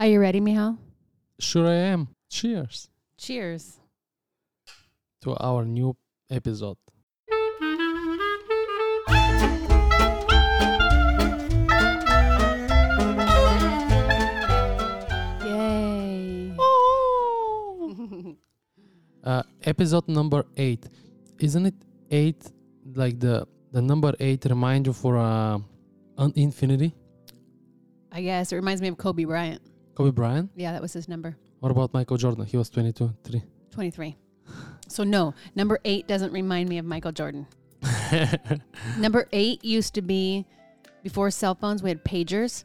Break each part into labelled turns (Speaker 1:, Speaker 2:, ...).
Speaker 1: Are you ready, Michal?
Speaker 2: Sure, I am. Cheers
Speaker 1: Cheers.
Speaker 2: to our new episode.
Speaker 1: Yay.
Speaker 2: Uh, episode number eight. Isn't it eight? Like the the number eight remind you for uh, an infinity.
Speaker 1: I guess it reminds me of Kobe Bryant.
Speaker 2: Kobe Bryant.
Speaker 1: Yeah, that was his number
Speaker 2: What about Michael Jordan? He was 22, 3.
Speaker 1: 23. So, no, number eight doesn't remind me of Michael Jordan. Number eight used to be before cell phones, we had pagers.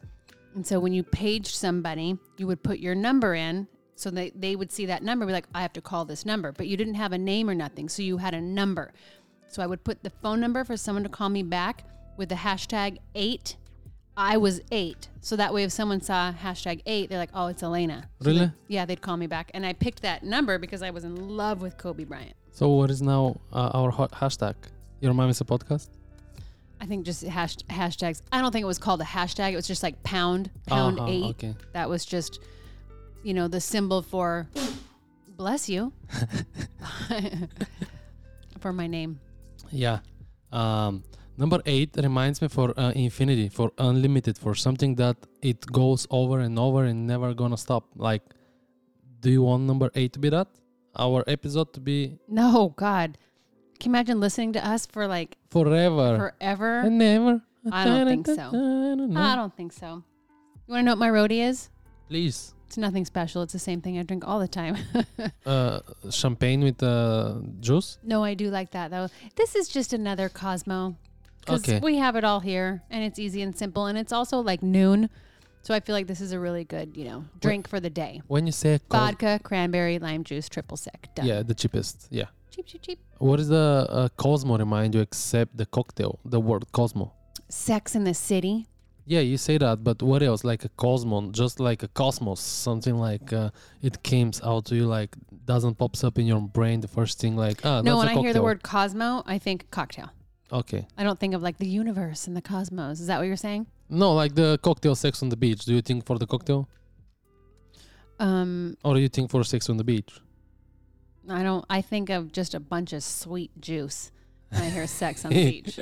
Speaker 1: And so when you paged somebody, you would put your number in so they, they would see that number, be like, I have to call this number. But you didn't have a name or nothing. So you had a number. So I would put the phone number for someone to call me back with the hashtag eight. I was eight. So that way, if someone saw hashtag eight, they're like, oh, it's Elena. So
Speaker 2: Really?
Speaker 1: they- yeah, they'd call me back. And I picked that number because I was in love with Kobe Bryant.
Speaker 2: so what is now uh, our hot hashtag? Your mom is a podcast.
Speaker 1: I think just hash, hashtags. I don't think it was called a hashtag. It was just like pound, pound
Speaker 2: Uh-huh,
Speaker 1: eight.
Speaker 2: Okay.
Speaker 1: That was just, you know, the symbol for bless you for my name.
Speaker 2: Yeah. Um, number eight reminds me for uh, infinity, for unlimited, for something that it goes over and over and never gonna stop. Like, do you want number eight to be that? Our episode to be
Speaker 1: No, God. Can you imagine listening to us for like
Speaker 2: forever
Speaker 1: forever?
Speaker 2: and never.
Speaker 1: I don't think so. Ah. I
Speaker 2: so.
Speaker 1: don't think so. You want to know what my roadie is?
Speaker 2: Please,
Speaker 1: It's nothing special. It's the same thing I drink all the time.
Speaker 2: uh, champagne with uh, juice.
Speaker 1: no, I do like that though. This is just another Cosmo. Because
Speaker 2: Okay.
Speaker 1: we have it all here and it's easy and simple and it's also like noon. So I feel like this is a really good, you know, drink for the day.
Speaker 2: When you say cold,
Speaker 1: Vodka, cranberry, lime juice, triple sec. Done.
Speaker 2: Oh. yeah, the cheapest. Yeah.
Speaker 1: Cheap, cheap, cheap.
Speaker 2: What does the uh, Cosmo remind you except the cocktail, the word Cosmo?
Speaker 1: Sex in the city.
Speaker 2: Yeah, you say that, but what else? Like a cosmon, just like a cosmos, something like uh, it comes out to you, like doesn't pops up in your brain the first thing, like ah,
Speaker 1: no,
Speaker 2: that's
Speaker 1: when
Speaker 2: a
Speaker 1: I hear the
Speaker 2: cocktail.
Speaker 1: word Cosmo, I think cocktail.
Speaker 2: Okay,
Speaker 1: I don't think of like the universe and the cosmos. Is that what you're saying?
Speaker 2: no, like the cocktail sex on the beach. Do you think for the cocktail,
Speaker 1: Um,
Speaker 2: or you think for sex on the beach?
Speaker 1: I don't. I think of just a bunch of sweet juice when I hear sex on the beach.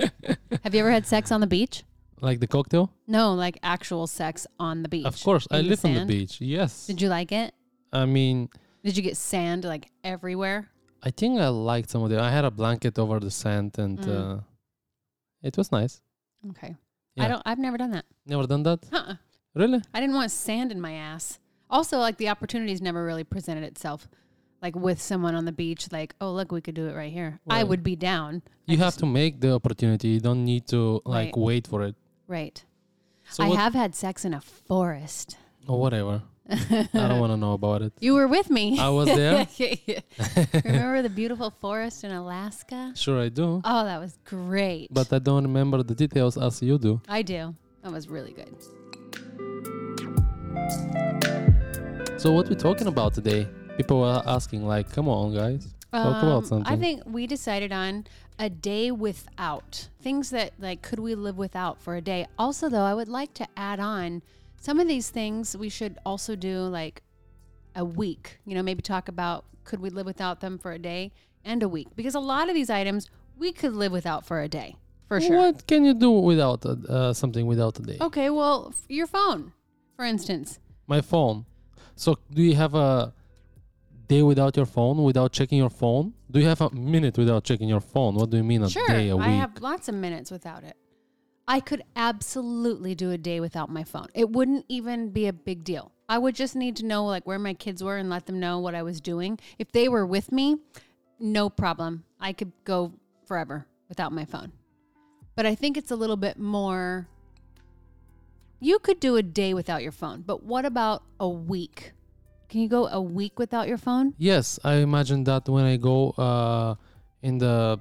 Speaker 1: Have you ever had sex on the beach?
Speaker 2: Like the cocktail?
Speaker 1: No, like actual sex on the beach.
Speaker 2: Of course, I
Speaker 1: in
Speaker 2: live on
Speaker 1: sand.
Speaker 2: the beach. Yes,
Speaker 1: Did you like it?
Speaker 2: I mean,
Speaker 1: Did you get sand like everywhere?
Speaker 2: I think I liked some of them. I had a blanket over the sand, and
Speaker 1: Mm.
Speaker 2: uh, it was nice.
Speaker 1: Okay. I
Speaker 2: Yeah.
Speaker 1: don't. I've never done that.
Speaker 2: Never done that,
Speaker 1: Huh.
Speaker 2: really?
Speaker 1: I didn't want sand in my ass. Also, like the opportunities never really presented itself, like with someone on the beach. Like, oh look, we could do it right here. I
Speaker 2: Right.
Speaker 1: would be down. I
Speaker 2: You have
Speaker 1: just-
Speaker 2: to make the opportunity. You don't need to like
Speaker 1: Right.
Speaker 2: wait for it.
Speaker 1: Right.
Speaker 2: So
Speaker 1: I
Speaker 2: what-
Speaker 1: have had sex in a forest.
Speaker 2: Oh, whatever. I don't want to know about it.
Speaker 1: You were with me.
Speaker 2: I was there.
Speaker 1: Remember the beautiful forest in Alaska?
Speaker 2: Sure, I do.
Speaker 1: Oh, that was great.
Speaker 2: But I don't remember the details as you do.
Speaker 1: I do. That was really good.
Speaker 2: So, what we talking about today? People were asking, like, come on, guys, talk
Speaker 1: Um,
Speaker 2: about something.
Speaker 1: I think we decided on a day without things that like could we live without for a day. Also, though, I would like to add on some of these things we should also do like a week. You know, maybe talk about could we live without them for a day and a week because a lot of these items we could live without for a day for sure. Oh.
Speaker 2: What can you do without uh, uh, something without a day?
Speaker 1: Okay, well, f- your phone, for instance.
Speaker 2: My phone. So, do you have a day without your phone, without checking your phone? Do you have a minute without checking your phone? What do you mean a
Speaker 1: Sure,
Speaker 2: day, a week?
Speaker 1: I have lots of minutes without it. I could absolutely do a day without my phone. It wouldn't even be a big deal. I would just need to know like where my kids were and let them know what I was doing. If they were with me, no problem. I could go forever without my phone. But I think it's a little bit more you could do a day without your phone, but what about a week? Can you go a week without your phone?
Speaker 2: Yes, I imagine that when I go uh, in the,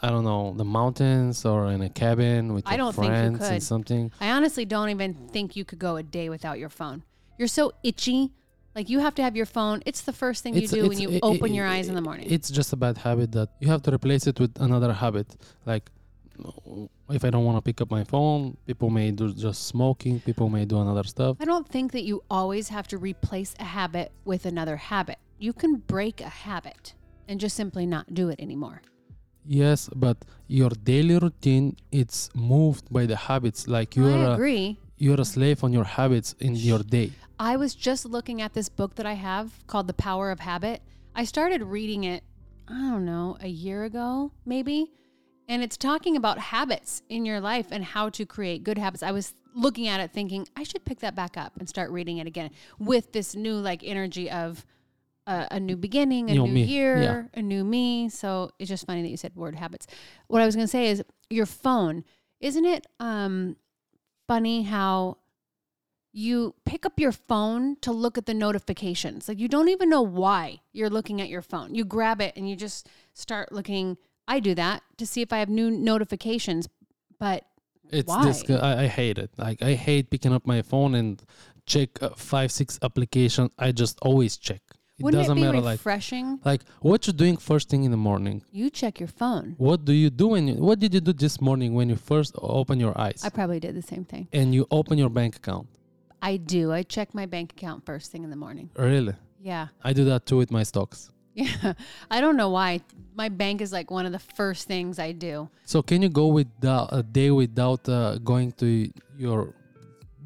Speaker 2: I don't know, the mountains or in a cabin with
Speaker 1: I
Speaker 2: your
Speaker 1: don't think you
Speaker 2: friends
Speaker 1: could.
Speaker 2: and something.
Speaker 1: I honestly don't even think you could go a day without your phone. You're so itchy. Like you have to have your phone. It's the first thing you do when you
Speaker 2: it-
Speaker 1: open
Speaker 2: it-
Speaker 1: your eyes in the morning.
Speaker 2: It's just a bad habit that you have to replace it with another habit. Like if I don't want to pick up my phone, people may do just smoking, people may do another stuff.
Speaker 1: I don't think that you always have to replace a habit with another habit. You can break a habit and just simply not do it anymore.
Speaker 2: Yes, but your daily routine it's moved by the habits. Like you're
Speaker 1: I
Speaker 2: a,
Speaker 1: agree.
Speaker 2: you're a slave on your habits in your day.
Speaker 1: I was just looking at this book that I have called The Power of Habit. I started reading it, I don't know, a year ago, maybe. And it's talking about habits in your life and how to create good habits. I was looking at it thinking, I should pick that back up and start reading it again with this new like energy of uh, a new beginning, a
Speaker 2: New
Speaker 1: new,
Speaker 2: me,
Speaker 1: year, a new me. So it's just funny that you said word habits. What I was going to say is your phone. Isn't it um, funny how you pick up your phone to look at the notifications. Like you don't even know why you're looking at your phone. You grab it and you just start looking. I do that to see if I have new notifications, but
Speaker 2: It's
Speaker 1: Why?
Speaker 2: this. I, I hate it. Like I hate picking up my phone and check uh, five six applications. I just always check. It
Speaker 1: wouldn't it
Speaker 2: doesn't
Speaker 1: be
Speaker 2: matter. Like
Speaker 1: refreshing?
Speaker 2: like what you're doing first thing in the morning.
Speaker 1: you check your phone.
Speaker 2: What do you do when you? What did you do this morning when you first open your eyes?
Speaker 1: I probably did the same thing.
Speaker 2: and you open your bank account.
Speaker 1: I do. I check my bank account first thing in the morning.
Speaker 2: Really?
Speaker 1: Yeah.
Speaker 2: I do that too with my stocks.
Speaker 1: Yeah. I don't know why. My bank is like one of the first things I do.
Speaker 2: So can you go with the, a day without uh, going to your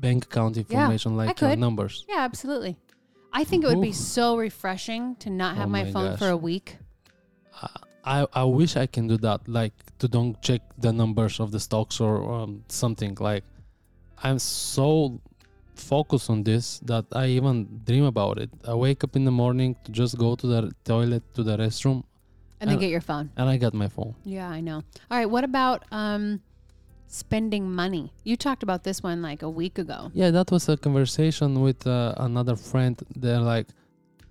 Speaker 2: bank account information like your
Speaker 1: could.
Speaker 2: numbers?
Speaker 1: Yeah, absolutely. I think it would be
Speaker 2: Oof.
Speaker 1: so refreshing to not have
Speaker 2: Oh
Speaker 1: my,
Speaker 2: my
Speaker 1: phone
Speaker 2: gosh.
Speaker 1: for a week.
Speaker 2: I, I wish I can do that, like to don't check the numbers of the stocks or um, something. Like I'm so focused on this that I even dream about it. I wake up in the morning to just go to the toilet, to the restroom,
Speaker 1: And then
Speaker 2: I-
Speaker 1: get your phone.
Speaker 2: and I got my phone.
Speaker 1: Yeah, I know. All right, what about um spending money? You talked about this one like a week ago.
Speaker 2: Yeah, that was a conversation with uh, another friend. They're like,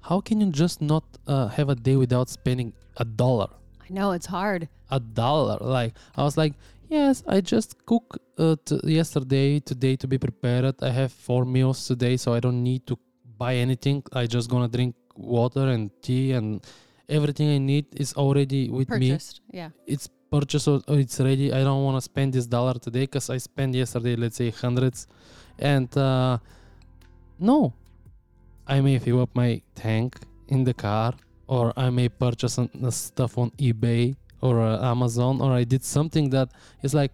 Speaker 2: "How can you just not uh, have a day without spending a dollar?
Speaker 1: I know it's hard.
Speaker 2: A dollar?" Like I was like, "Yes, I just cook uh, t- yesterday, today to be prepared. I have four meals today, so I don't need to buy anything. I just gonna drink water and tea, and everything I need is already with me.
Speaker 1: Purchased. Yeah.
Speaker 2: It's purchased, or or it's ready. I don't wanna spend this dollar today because I spent yesterday, let's say hundreds, and." Uh, no. I may fill up my tank in the car, or I may purchase an, uh, stuff on eBay or uh, Amazon, or I did something that is like,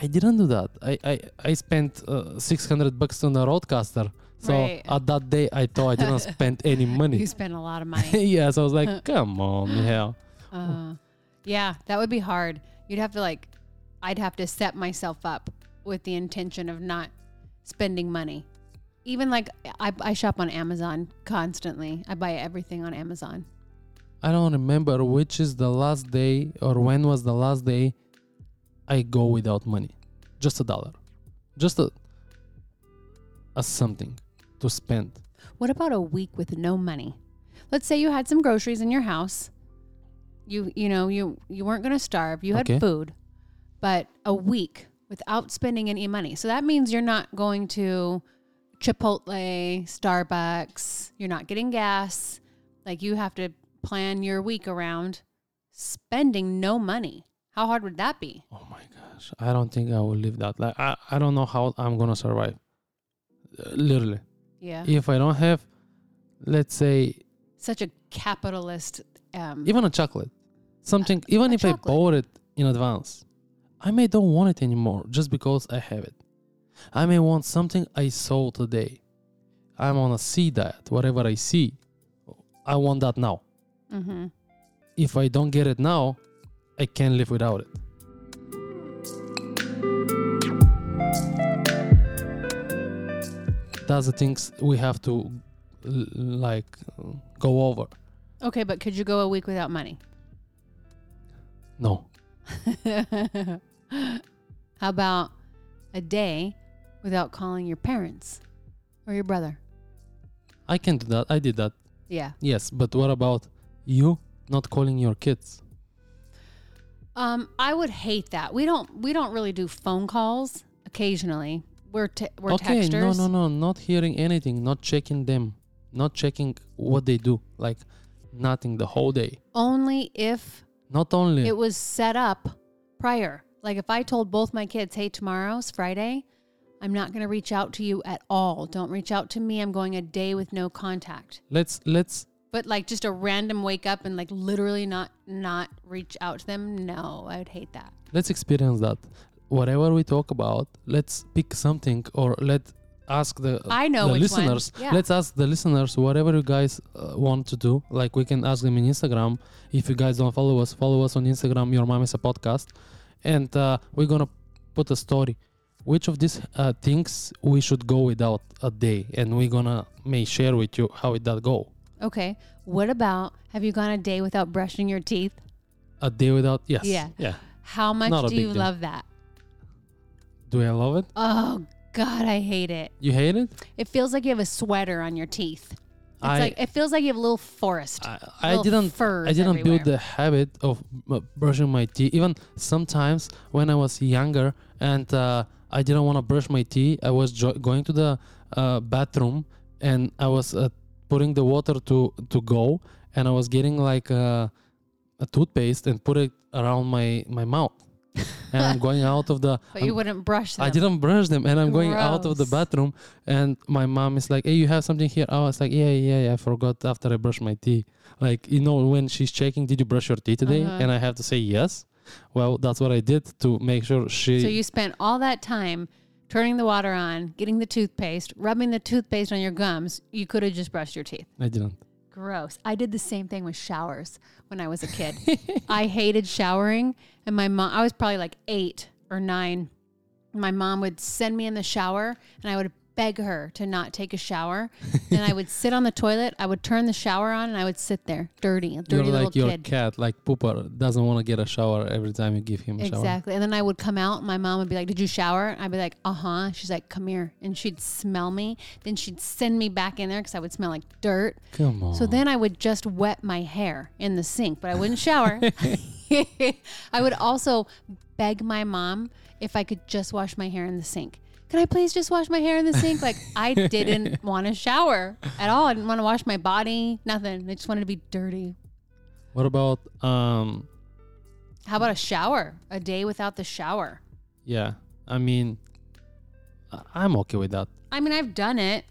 Speaker 2: I didn't do that. I I, I spent uh, 600 bucks on a roadcaster. So
Speaker 1: Right.
Speaker 2: at that day, I thought I didn't spend any
Speaker 1: You
Speaker 2: money.
Speaker 1: spend a lot of money.
Speaker 2: yeah, so I was like, come on, hell.
Speaker 1: Uh, yeah, that would be hard. You'd have to like I'd have to set myself up with the intention of not spending money. Even like I, I shop on Amazon constantly. I buy everything on Amazon.
Speaker 2: I don't remember which is the last day or when was the last day I go without money. Just a dollar. Just a, a something to spend.
Speaker 1: What about a week with no money? Let's say you had some groceries in your house. You you know, you you weren't going to starve. You had
Speaker 2: Okay.
Speaker 1: food. But a week without spending any money. So that means you're not going to Chipotle, Starbucks, you're not getting gas. Like you have to plan your week around spending no money. How hard would that be?
Speaker 2: Oh my gosh. I don't think I will live that. Like I, I don't know how I'm gonna survive. Uh, Literally.
Speaker 1: Yeah.
Speaker 2: If I don't have let's say
Speaker 1: Such a capitalist um
Speaker 2: even a chocolate. Something even
Speaker 1: a
Speaker 2: if
Speaker 1: chocolate.
Speaker 2: I bought it in advance, I may don't want it anymore just because I have it. I may want something I saw today. I'm on a see diet. Whatever I see, I want that now.
Speaker 1: mhm.
Speaker 2: If I don't get it now, I can't live without it. That's the things we have to l- like go over.
Speaker 1: Okay, but could you go a week without money?
Speaker 2: No.
Speaker 1: How about a day without calling your parents or your brother?
Speaker 2: I can do that. I did that.
Speaker 1: Yeah.
Speaker 2: Yes, but what about you not calling your kids?
Speaker 1: Um, I would hate that. We don't we don't really do phone calls occasionally. We're te- we're
Speaker 2: okay,
Speaker 1: texters.
Speaker 2: no, no, no, not hearing anything, not checking them, not checking what they do, like nothing the whole day.
Speaker 1: Only if
Speaker 2: Not only
Speaker 1: it was set up prior. Like if I told both my kids, hey, tomorrow's Friday, I'm not going to reach out to you at all. Don't reach out to me. I'm going a day with no contact.
Speaker 2: Let's let's
Speaker 1: But like just a random wake up and like literally not not reach out to them. No, I would hate that.
Speaker 2: let's experience that. Whatever we talk about, let's pick something or let ask the
Speaker 1: I know
Speaker 2: the
Speaker 1: which
Speaker 2: listeners.
Speaker 1: one. Yeah.
Speaker 2: Let's ask the listeners whatever you guys uh, want to do. Like we can ask them in Instagram. If you guys don't follow us, follow us on Instagram. Your mom is a podcast, and uh, we're gonna put a story. Which of these uh, things we should go without a day, and we're gonna may share with you how it that go.
Speaker 1: Okay. What about have you gone a day without brushing your teeth?
Speaker 2: A day without yes
Speaker 1: Yeah.
Speaker 2: yeah.
Speaker 1: How much
Speaker 2: Not a
Speaker 1: do
Speaker 2: big
Speaker 1: you
Speaker 2: deal.
Speaker 1: love that?
Speaker 2: Do I love it?
Speaker 1: Oh God, I hate it.
Speaker 2: You hate it?
Speaker 1: It feels like you have a sweater on your teeth. It's
Speaker 2: I-
Speaker 1: like it feels like you have a little forest.
Speaker 2: I, I
Speaker 1: Little
Speaker 2: didn't
Speaker 1: furs
Speaker 2: I didn't build
Speaker 1: everywhere.
Speaker 2: the habit of uh, brushing my teeth. Even sometimes when I was younger and uh, I didn't want to brush my teeth, I was jo- going to the uh, bathroom and I was uh, putting the water to to go, and I was getting like a, a toothpaste and put it around my my mouth, and I'm going out of the.
Speaker 1: but
Speaker 2: I'm-
Speaker 1: you wouldn't brush them.
Speaker 2: I didn't brush them, and I'm going out of the
Speaker 1: Gross.
Speaker 2: bathroom, and my mom is like, "Hey, you have something here?" I was like, "Yeah, yeah, yeah, I forgot after I brushed my teeth." Like you know, when she's checking, "Did you brush your teeth today?"
Speaker 1: Uh-huh.
Speaker 2: and I have to say yes. Well, that's what I did to make sure she.
Speaker 1: So you spent all that time turning the water on, getting the toothpaste, rubbing the toothpaste on your gums. You could have just brushed your teeth.
Speaker 2: I didn't.
Speaker 1: Gross. I did the same thing with showers when I was a kid. I hated showering, and my mom, I was probably like eight or nine. My mom would send me in the shower, and I would beg her to not take a shower. and I would sit on the toilet, I would turn the shower on, and I would sit there, dirty, a
Speaker 2: You're
Speaker 1: dirty
Speaker 2: like
Speaker 1: little
Speaker 2: your
Speaker 1: kid.
Speaker 2: cat, like Pooper, doesn't want to get a shower every time you give him a shower.
Speaker 1: Exactly. And then I would come out, and my mom would be like, Did you shower? And I'd be like, Uh huh. She's like, Come here. And she'd smell me. Then she'd send me back in there because I would smell like dirt.
Speaker 2: Come on.
Speaker 1: So then I would just wet my hair in the sink, but I wouldn't shower. I would also beg my mom if I could just wash my hair in the sink. Can I please just wash my hair in the sink? Like I didn't want to shower at all. I didn't want to wash my body, nothing. I just wanted to be dirty.
Speaker 2: what about um?
Speaker 1: How about a shower? A day without the shower.
Speaker 2: Yeah, I mean, I- I'm okay with that.
Speaker 1: I mean, I've done it.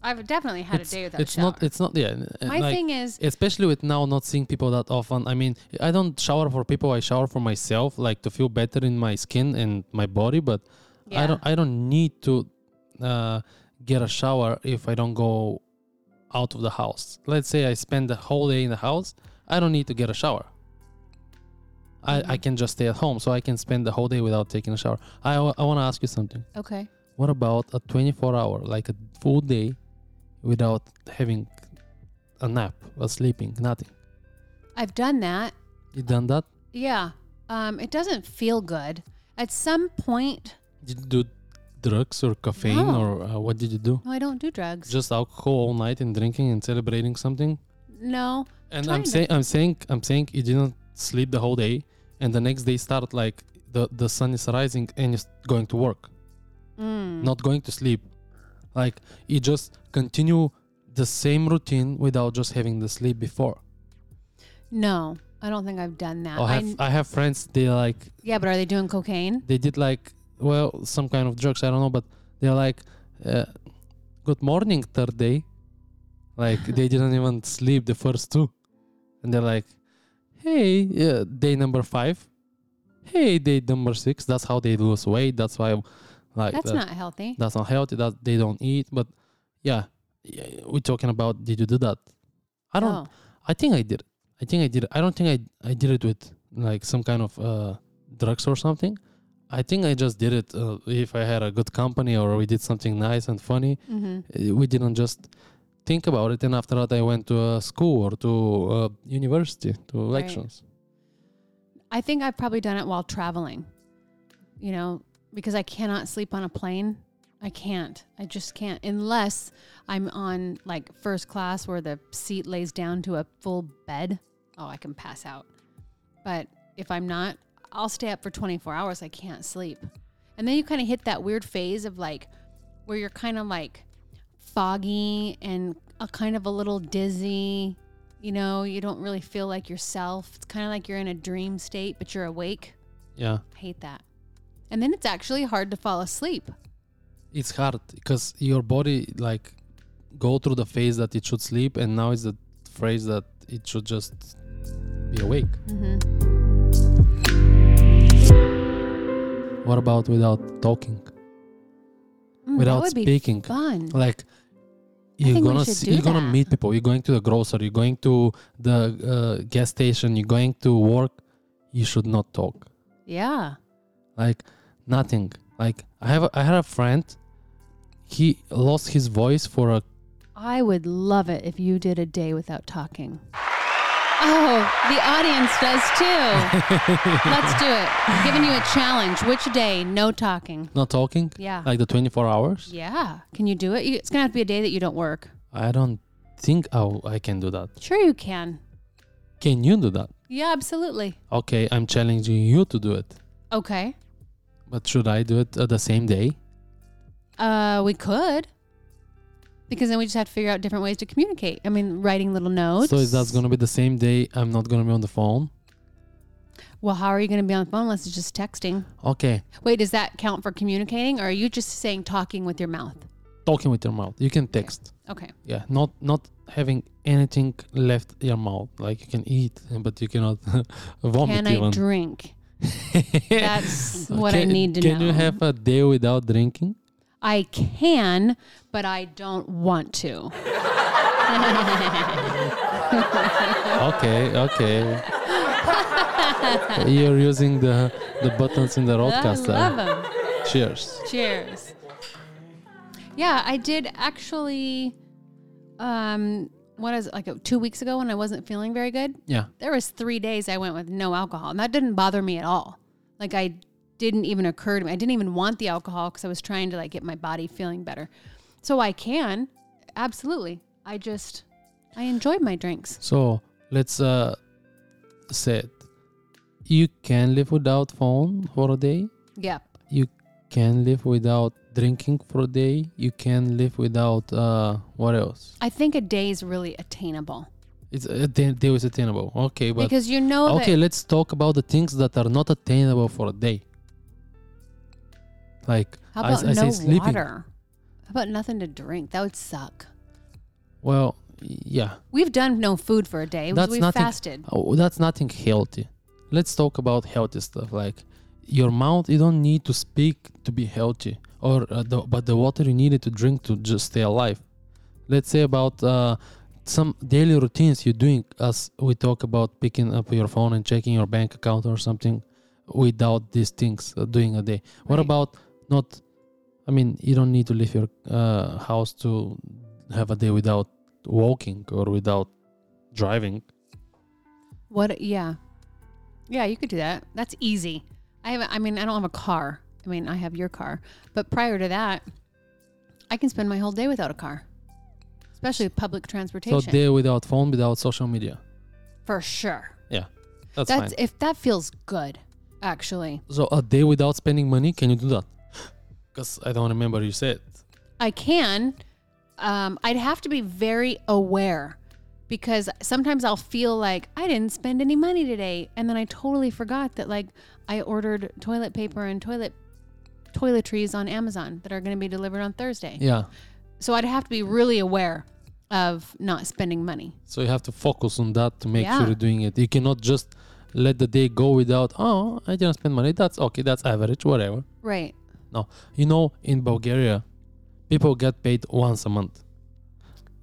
Speaker 1: I've definitely had
Speaker 2: it's,
Speaker 1: a day without
Speaker 2: it's
Speaker 1: shower.
Speaker 2: not. It's not. Yeah.
Speaker 1: my
Speaker 2: like,
Speaker 1: thing is,
Speaker 2: especially with now not seeing people that often i mean i don't shower for people i shower for myself like to feel better in my skin and my body but i
Speaker 1: Yeah.
Speaker 2: don't i don't need to uh, get a shower if i don't go out of the house let's say i spend the whole day in the house i don't need to get a shower I, I can just stay at home so i can spend the whole day without taking a shower i, I want to ask you something
Speaker 1: okay.
Speaker 2: what about a 24 hour, like a full day without having a nap, a sleeping, nothing?
Speaker 1: I've done that.
Speaker 2: You done that?
Speaker 1: Yeah. Um, it doesn't feel good. At some point,
Speaker 2: Did you do drugs or caffeine
Speaker 1: No.
Speaker 2: or uh, what did you do?
Speaker 1: no, I don't do drugs.
Speaker 2: Just alcohol all night and drinking and celebrating something?
Speaker 1: no.
Speaker 2: And I'm
Speaker 1: Kinda.
Speaker 2: saying I'm saying I'm saying you didn't sleep the whole day and the next day start like the, the sun is rising and you're going to work.
Speaker 1: Mm.
Speaker 2: not going to sleep. Like you just continue the same routine without just having the sleep before.
Speaker 1: No. I don't think I've done that.
Speaker 2: I
Speaker 1: I-
Speaker 2: Oh, have I have friends they like
Speaker 1: yeah, but are they doing cocaine?
Speaker 2: they did like well some kind of drugs I don't know but they're like uh, good morning third day, like they didn't even sleep the first two, and they're like, hey yeah, day number five, hey day number six. That's how they lose weight. That's why like
Speaker 1: That's
Speaker 2: that-
Speaker 1: not healthy.
Speaker 2: that's not healthy that they don't eat but yeah, yeah, we're talking about did you do that i don't
Speaker 1: No.
Speaker 2: i think i did it. i think i did it. i don't think i i did it with like some kind of uh drugs or something i think i just did it uh, if i had a good company or we did something nice and funny
Speaker 1: Mhm.
Speaker 2: Uh, we didn't just think about it and after that i went to uh, school or to uh, university to lectures
Speaker 1: I think I've probably done it while traveling, you know, because I cannot sleep on a plane. I can't. I just can't. Unless I'm on like first class where the seat lays down to a full bed. Oh, I can pass out. But if I'm not, I'll stay up for 24 hours. I can't sleep. And then you kind of hit that weird phase of like where you're kind of like foggy and a kind of a little dizzy. You know, you don't really feel like yourself. It's kind of like you're in a dream state, but you're awake.
Speaker 2: Yeah.
Speaker 1: Hate that. And then it's actually hard to fall asleep.
Speaker 2: It's hard because your body like go through the phase that it should sleep, and now it's the phase that it should just be awake.
Speaker 1: Mm-hmm.
Speaker 2: What about without talking, without
Speaker 1: Mm, that would be
Speaker 2: speaking?
Speaker 1: fun.
Speaker 2: like
Speaker 1: think
Speaker 2: you're
Speaker 1: we
Speaker 2: gonna
Speaker 1: should
Speaker 2: see,
Speaker 1: do
Speaker 2: you're gonna
Speaker 1: that.
Speaker 2: meet people you're going to the grocery you're going to the uh, gas station you're going to work you should not talk
Speaker 1: Yeah.
Speaker 2: like nothing like i have a, i had a friend he lost his voice for uh, a
Speaker 1: I would love it if you did a day without talking. Oh, the audience does too. Let's do it. I'm giving you a challenge. Which day? No talking.
Speaker 2: not talking
Speaker 1: Yeah.
Speaker 2: like the 24 hours
Speaker 1: Yeah. Can you do it? You- It's going to have to be a day that you don't work.
Speaker 2: i don't think I, I can do that
Speaker 1: Sure, you can.
Speaker 2: can you do that
Speaker 1: Yeah, absolutely.
Speaker 2: okay i'm challenging you to do it
Speaker 1: Okay.
Speaker 2: but should i do it uh, the same day
Speaker 1: Uh, we could. Because then we just have to figure out different ways to communicate. I mean, writing little notes.
Speaker 2: so is that gonna be the same day i'm not gonna be on the phone
Speaker 1: Well, how are you going to be on the phone unless it's just texting?
Speaker 2: okay
Speaker 1: Wait, does that count for communicating, or are you just saying talking with your mouth?
Speaker 2: talking with your mouth you can text
Speaker 1: Okay.
Speaker 2: yeah not not having anything left your mouth like you can eat but you cannot vomit
Speaker 1: Can I
Speaker 2: even
Speaker 1: drink? That's what I
Speaker 2: Can-
Speaker 1: need to
Speaker 2: can
Speaker 1: know.
Speaker 2: you have a day without drinking
Speaker 1: I can, but I don't want to.
Speaker 2: okay okay you're using the the buttons in the roadcaster
Speaker 1: I love them.
Speaker 2: cheers
Speaker 1: Cheers. Yeah, I did actually. Um, what is it, like uh, two weeks ago when I wasn't feeling very good?
Speaker 2: yeah
Speaker 1: There was three days I went with no alcohol, and that didn't bother me at all. Like I didn't even occur to me. I didn't even want the alcohol because I was trying to like get my body feeling better. So I can, absolutely. I just I enjoyed my drinks.
Speaker 2: so let's uh say it. you can live without phone for a day
Speaker 1: Yep.
Speaker 2: can live without drinking for a day you can live without uh what else
Speaker 1: I think a day is really attainable
Speaker 2: It's atta- they was attainable. Okay, but
Speaker 1: because you know
Speaker 2: okay,
Speaker 1: that
Speaker 2: let's talk about the things that are not attainable for a day. Like
Speaker 1: how
Speaker 2: I,
Speaker 1: about
Speaker 2: I
Speaker 1: no
Speaker 2: say sleeping.
Speaker 1: water? How about nothing to drink? That would suck.
Speaker 2: Well, yeah,
Speaker 1: We've done no food for a day.
Speaker 2: That's
Speaker 1: we
Speaker 2: nothing-
Speaker 1: fasted.
Speaker 2: oh, that's nothing healthy. Let's talk about healthy stuff. Like your mouth, you don't need to speak to be healthy, or uh, the, but the water you needed to drink to just stay alive. Let's say about uh, some daily routines you're doing, as we talk about picking up your phone and checking your bank account or something. Without these things, uh, doing a day. What
Speaker 1: Right.
Speaker 2: about not? I mean, you don't need to leave your uh, house to have a day without walking or without driving.
Speaker 1: What? Yeah, yeah, you could do that. That's easy. I have. I mean, I don't have a car. I mean, I have your car. But prior to that, I can spend my whole day without a car, especially with public transportation.
Speaker 2: So day without phone, without social media.
Speaker 1: for sure.
Speaker 2: That's,
Speaker 1: That's
Speaker 2: fine.
Speaker 1: if that feels good, actually.
Speaker 2: So a day without spending money, can you do that? Because I don't remember you said.
Speaker 1: I can. Um, I'd have to be very aware because sometimes I'll feel like I didn't spend any money today, and then I totally forgot that like I ordered toilet paper and toilet toiletries on Amazon that are going to be delivered on Thursday.
Speaker 2: Yeah.
Speaker 1: So I'd have to be really aware of not spending money.
Speaker 2: So you have to focus on that to make
Speaker 1: Yeah.
Speaker 2: sure you're doing it. You cannot just let the day go without. Oh, I didn't spend money. That's okay. That's average. Whatever.
Speaker 1: Right.
Speaker 2: You know, in Bulgaria, people get paid once a month.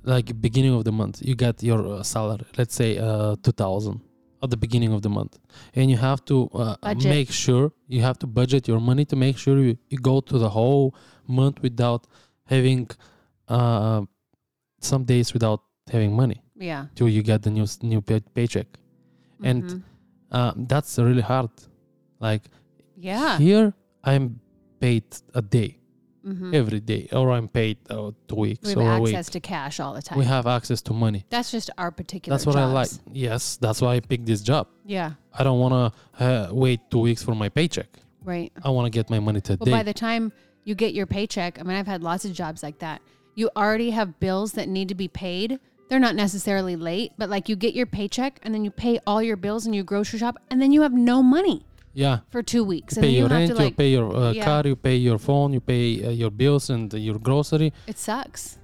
Speaker 2: Like beginning of the month, you get your uh, salary. Let's say uh, two thousand at the beginning of the month, and you have to uh,
Speaker 1: Budget.
Speaker 2: make sure you have to budget your money to make sure you, you go to the whole month without having uh, some days without having money
Speaker 1: Yeah.
Speaker 2: till you get the new s- new pay- paycheck. And
Speaker 1: Mhm.
Speaker 2: Uh, that's really hard. Like
Speaker 1: yeah.
Speaker 2: here, I'm paid a day
Speaker 1: Mhm.
Speaker 2: Mm-hmm. every day, or I'm paid uh, two
Speaker 1: we
Speaker 2: weeks
Speaker 1: have
Speaker 2: or a week.
Speaker 1: access to cash all the time.
Speaker 2: We have access to money.
Speaker 1: that's just our particular.
Speaker 2: That's what I like.
Speaker 1: jobs.
Speaker 2: Yes, that's why I picked this job.
Speaker 1: Yeah.
Speaker 2: I don't want to uh, wait two weeks for my paycheck.
Speaker 1: Right.
Speaker 2: I want to get my money today.
Speaker 1: Well, by the time you get your paycheck, I mean, I've had lots of jobs like that. You already have bills that need to be paid. They're not necessarily late, but like you get your paycheck and then you pay all your bills and you grocery shop and then you have no money.
Speaker 2: Yeah.
Speaker 1: for two weeks,
Speaker 2: You
Speaker 1: and
Speaker 2: pay
Speaker 1: then you
Speaker 2: your
Speaker 1: have
Speaker 2: rent,
Speaker 1: to
Speaker 2: you
Speaker 1: like
Speaker 2: pay your uh,
Speaker 1: yeah.
Speaker 2: car, you pay your phone, you pay uh, your bills and your grocery.
Speaker 1: it sucks.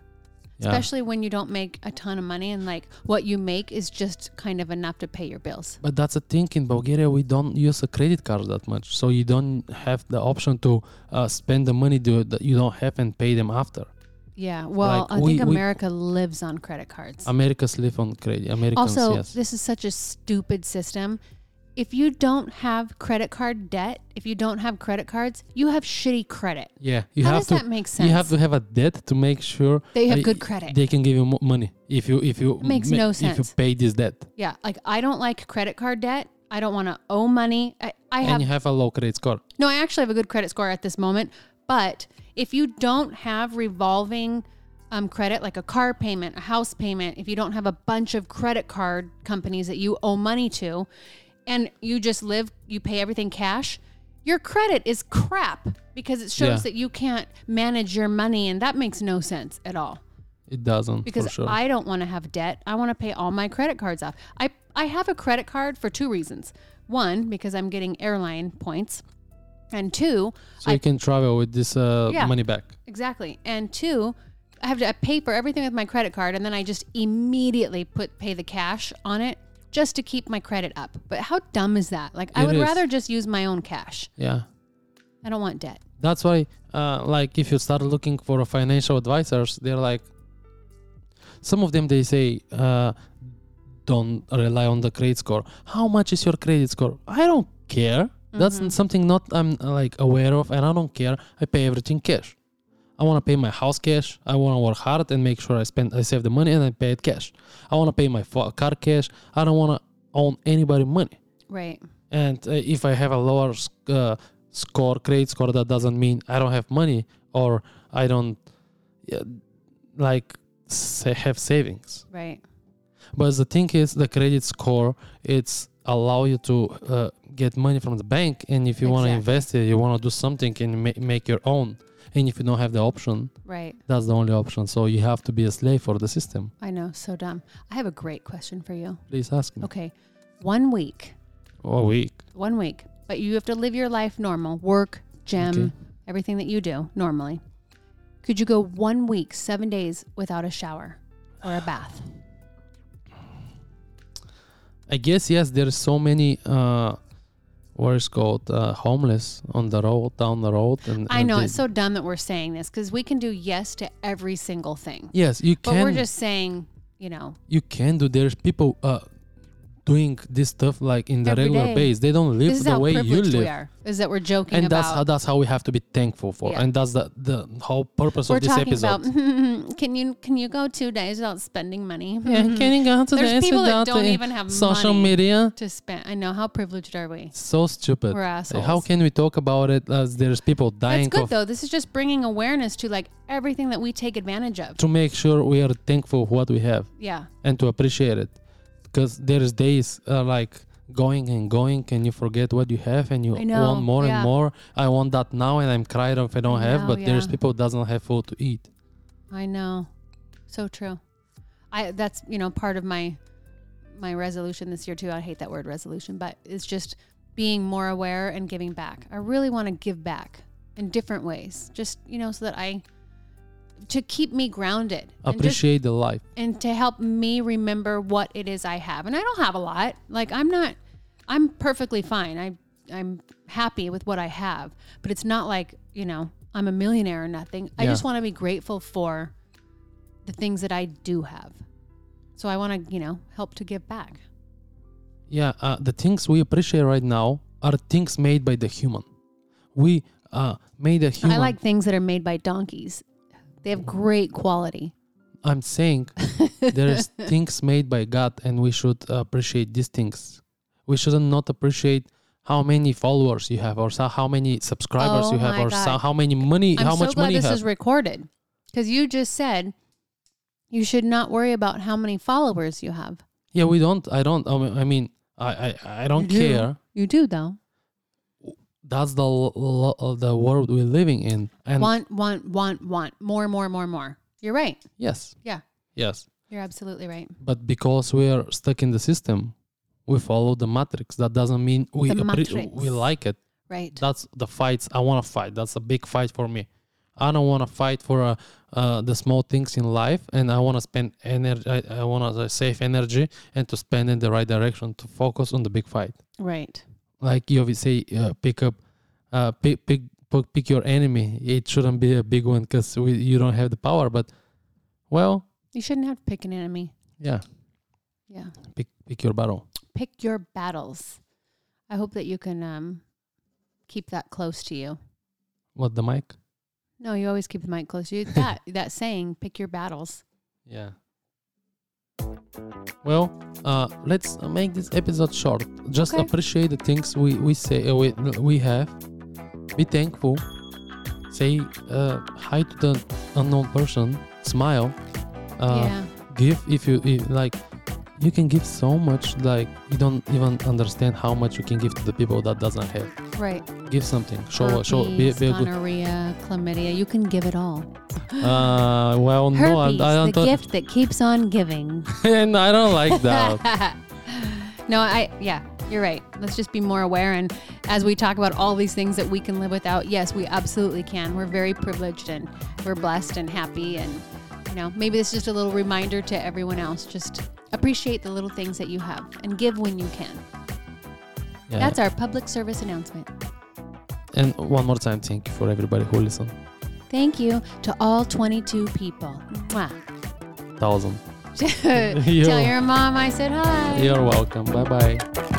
Speaker 2: Yeah.
Speaker 1: Especially when you don't make a ton of money and like what you make is just kind of enough to pay your bills.
Speaker 2: But that's the thing in Bulgaria, we don't use a credit card that much, so you don't have the option to uh, spend the money do, that you don't have and pay them after.
Speaker 1: Yeah. Well,
Speaker 2: Like,
Speaker 1: I
Speaker 2: we-
Speaker 1: think
Speaker 2: we-
Speaker 1: America lives on credit cards.
Speaker 2: Americans live on credit. Americans,
Speaker 1: also,
Speaker 2: yes.
Speaker 1: this is such a stupid system. If you don't have credit card debt, if you don't have credit cards, you have shitty credit.
Speaker 2: yeah, you
Speaker 1: How
Speaker 2: have
Speaker 1: does
Speaker 2: to.
Speaker 1: that make sense?
Speaker 2: You have to have a debt to make sure
Speaker 1: They have
Speaker 2: uh,
Speaker 1: good credit.
Speaker 2: They can give you mo- money if you if you
Speaker 1: makes no
Speaker 2: If you
Speaker 1: sense.
Speaker 2: pay this debt
Speaker 1: yeah. Like I don't like credit card debt. I don't want to owe money. I, I
Speaker 2: and
Speaker 1: have
Speaker 2: you have a low credit score,
Speaker 1: No, I actually have a good credit score at this moment. But if you don't have revolving um, credit, like a car payment, a house payment, if you don't have a bunch of credit card companies that you owe money to, and you just live, you pay everything cash, your credit is crap because it shows
Speaker 2: Yeah.
Speaker 1: that you can't manage your money. And that makes no sense at all
Speaker 2: it doesn't
Speaker 1: because
Speaker 2: for sure.
Speaker 1: I don't want to have debt. I want to pay all my credit cards off. I I have a credit card for two reasons. One, because I'm getting airline points, and two,
Speaker 2: so
Speaker 1: I
Speaker 2: you can travel with this uh,
Speaker 1: Yeah.
Speaker 2: money back.
Speaker 1: exactly, and two, I have to I pay for everything with my credit card, and then I just immediately put pay the cash on it just to keep my credit up. But how dumb is that? Like I
Speaker 2: It
Speaker 1: would
Speaker 2: is.
Speaker 1: rather just use my own cash.
Speaker 2: Yeah.
Speaker 1: I don't want debt.
Speaker 2: that's why uh, like if you start looking for a financial advisors they're like some of them they say uh, don't rely on the credit score how much is your credit score i don't care that's
Speaker 1: Mhm.
Speaker 2: something not i'm uh, like aware of and i don't care i pay everything cash i want to pay my house cash i want to work hard and make sure i spend i save the money and i pay it cash i want to pay my fo- car cash i don't want to own anybody money
Speaker 1: Right.
Speaker 2: and uh, if I have a lower s- uh, score, grade score, that doesn't mean I don't have money or I don't uh, like sa- have savings.
Speaker 1: Right.
Speaker 2: But the thing is, the credit score it's allow you to uh, get money from the bank, and if you want to
Speaker 1: Exactly.
Speaker 2: invest it, you want to do something and ma- make your own. And if you don't have the option,
Speaker 1: Right.
Speaker 2: that's the only option. So you have to be a slave for the system.
Speaker 1: I know. So dumb. I have a great question for you.
Speaker 2: Please ask me.
Speaker 1: Okay. One week.
Speaker 2: A week.
Speaker 1: one week, but you have to live your life normal work, gym,
Speaker 2: Okay.
Speaker 1: everything that you do normally. Could you go one week, seven days without a shower or a bath?
Speaker 2: I guess yes. There's so many uh, what is called uh, homeless on the road, down the road, and
Speaker 1: I
Speaker 2: and
Speaker 1: know
Speaker 2: they-
Speaker 1: it's so dumb that we're saying this because we can do yes to every single thing,
Speaker 2: yes, you
Speaker 1: but we're
Speaker 2: can.
Speaker 1: just saying, you know,
Speaker 2: you can do. There's people uh, doing this stuff like in the
Speaker 1: Every
Speaker 2: regular
Speaker 1: day.
Speaker 2: base. They don't live
Speaker 1: this is
Speaker 2: the
Speaker 1: how
Speaker 2: way you
Speaker 1: privileged we
Speaker 2: live,
Speaker 1: are. Is that we're joking
Speaker 2: and
Speaker 1: about?
Speaker 2: that's how that's how we have to be thankful for,
Speaker 1: Yeah.
Speaker 2: and that's the the whole purpose
Speaker 1: we're
Speaker 2: of this
Speaker 1: talking
Speaker 2: episode.
Speaker 1: about. Can you can you go two days without spending money?
Speaker 2: yeah, can you go to
Speaker 1: There's
Speaker 2: the
Speaker 1: people that
Speaker 2: Instagram,
Speaker 1: don't
Speaker 2: to
Speaker 1: even have
Speaker 2: social
Speaker 1: money
Speaker 2: media?
Speaker 1: to spend. I know how privileged are we?
Speaker 2: So stupid.
Speaker 1: We're assholes.
Speaker 2: How can we talk about it as there's people dying
Speaker 1: That's good
Speaker 2: of
Speaker 1: though. This is just bringing awareness to like everything that we take advantage of.
Speaker 2: to make sure we are thankful what we have?
Speaker 1: Yeah,
Speaker 2: and to appreciate it because there's days uh, like going and going and you forget what you have and you
Speaker 1: I know,
Speaker 2: want more
Speaker 1: yeah.
Speaker 2: and more i want that now and i'm cried if i don't
Speaker 1: I
Speaker 2: have
Speaker 1: know,
Speaker 2: but there's
Speaker 1: yeah.
Speaker 2: people doesn't have food to eat
Speaker 1: I know. So true. I that's you know part of my my resolution this year too. I hate that word resolution, but it's just being more aware and giving back. I really want to give back in different ways, just you know, so that I to keep me grounded and just
Speaker 2: appreciate the life
Speaker 1: and to help me remember what it is I have. And I don't have a lot. Like I'm not I'm perfectly fine. I I'm happy with what I have. But it's not like, you know, I'm a millionaire or nothing. I
Speaker 2: Yeah.
Speaker 1: just want to be grateful for the things that I do have. So I want to, you know, help to give back.
Speaker 2: yeah uh, the things we appreciate right now are things made by the human we uh, made a human
Speaker 1: I like things that are made by donkeys. They have great quality.
Speaker 2: i'm saying there's things made by god and we should appreciate these things we shouldn't not appreciate how many followers you have or so how many subscribers
Speaker 1: Oh
Speaker 2: you have
Speaker 1: my
Speaker 2: or so
Speaker 1: God.
Speaker 2: how many money
Speaker 1: I'm
Speaker 2: how
Speaker 1: so
Speaker 2: much
Speaker 1: glad
Speaker 2: money you
Speaker 1: this
Speaker 2: have
Speaker 1: is recorded because you just said you should not worry about how many followers you have.
Speaker 2: yeah we don't i don't i mean i, mean, I, I, I don't
Speaker 1: You do.
Speaker 2: care
Speaker 1: You do though.
Speaker 2: that's the l- l- uh, the world we're living in and
Speaker 1: want, want, want, want more, more, more, more. You're right.
Speaker 2: yes
Speaker 1: Yeah.
Speaker 2: yes
Speaker 1: You're absolutely right.
Speaker 2: but because we are stuck in the system we follow the matrix. That doesn't mean we
Speaker 1: The
Speaker 2: appre-
Speaker 1: matrix.
Speaker 2: we like it.
Speaker 1: Right.
Speaker 2: That's the fights I want to fight. That's a big fight for me. I don't want to fight for uh, uh, the small things in life, and I want to spend energy. I, I want to save energy and to spend in the right direction to focus on the big fight.
Speaker 1: Right.
Speaker 2: Like you always say, uh, pick up, uh, pick, pick pick pick your enemy. It shouldn't be a big one because you don't have the power. But well,
Speaker 1: You shouldn't have to pick an enemy.
Speaker 2: yeah,
Speaker 1: Yeah.
Speaker 2: pick pick your battle.
Speaker 1: Pick your battles. I hope that you can um, keep that close to you.
Speaker 2: What the mic?
Speaker 1: No, you always keep the mic close to you. That that saying, pick your battles.
Speaker 2: Yeah. Well, uh, let's make this episode short. Just
Speaker 1: Okay.
Speaker 2: appreciate the things we we say uh, we, we have. Be thankful. Say uh, hi to the unknown person. Smile. Uh,
Speaker 1: yeah.
Speaker 2: Give if you if, like. You can give so much like you don't even understand how much you can give to the people that doesn't have.
Speaker 1: Right.
Speaker 2: Give something. Show uh, show. Be,
Speaker 1: Herpes,
Speaker 2: be a good.
Speaker 1: gonorrhea, chlamydia. You can give it all.
Speaker 2: Uh, well, no, I, I
Speaker 1: Herpes,
Speaker 2: don't.
Speaker 1: the gift that keeps on giving.
Speaker 2: and I don't like that.
Speaker 1: no, I yeah, you're right. Let's just be more aware and as we talk about all these things that we can live without, yes, we absolutely can. We're very privileged and we're blessed and happy and you know, maybe this is just a little reminder to everyone else. Just appreciate the little things that you have and give when you can.
Speaker 2: Yeah.
Speaker 1: That's our public service announcement.
Speaker 2: And one more time, thank you for everybody who listened.
Speaker 1: Thank you to all 22 people. Mwah.
Speaker 2: Thousand.
Speaker 1: Tell your mom I said hi.
Speaker 2: You're welcome. Bye bye.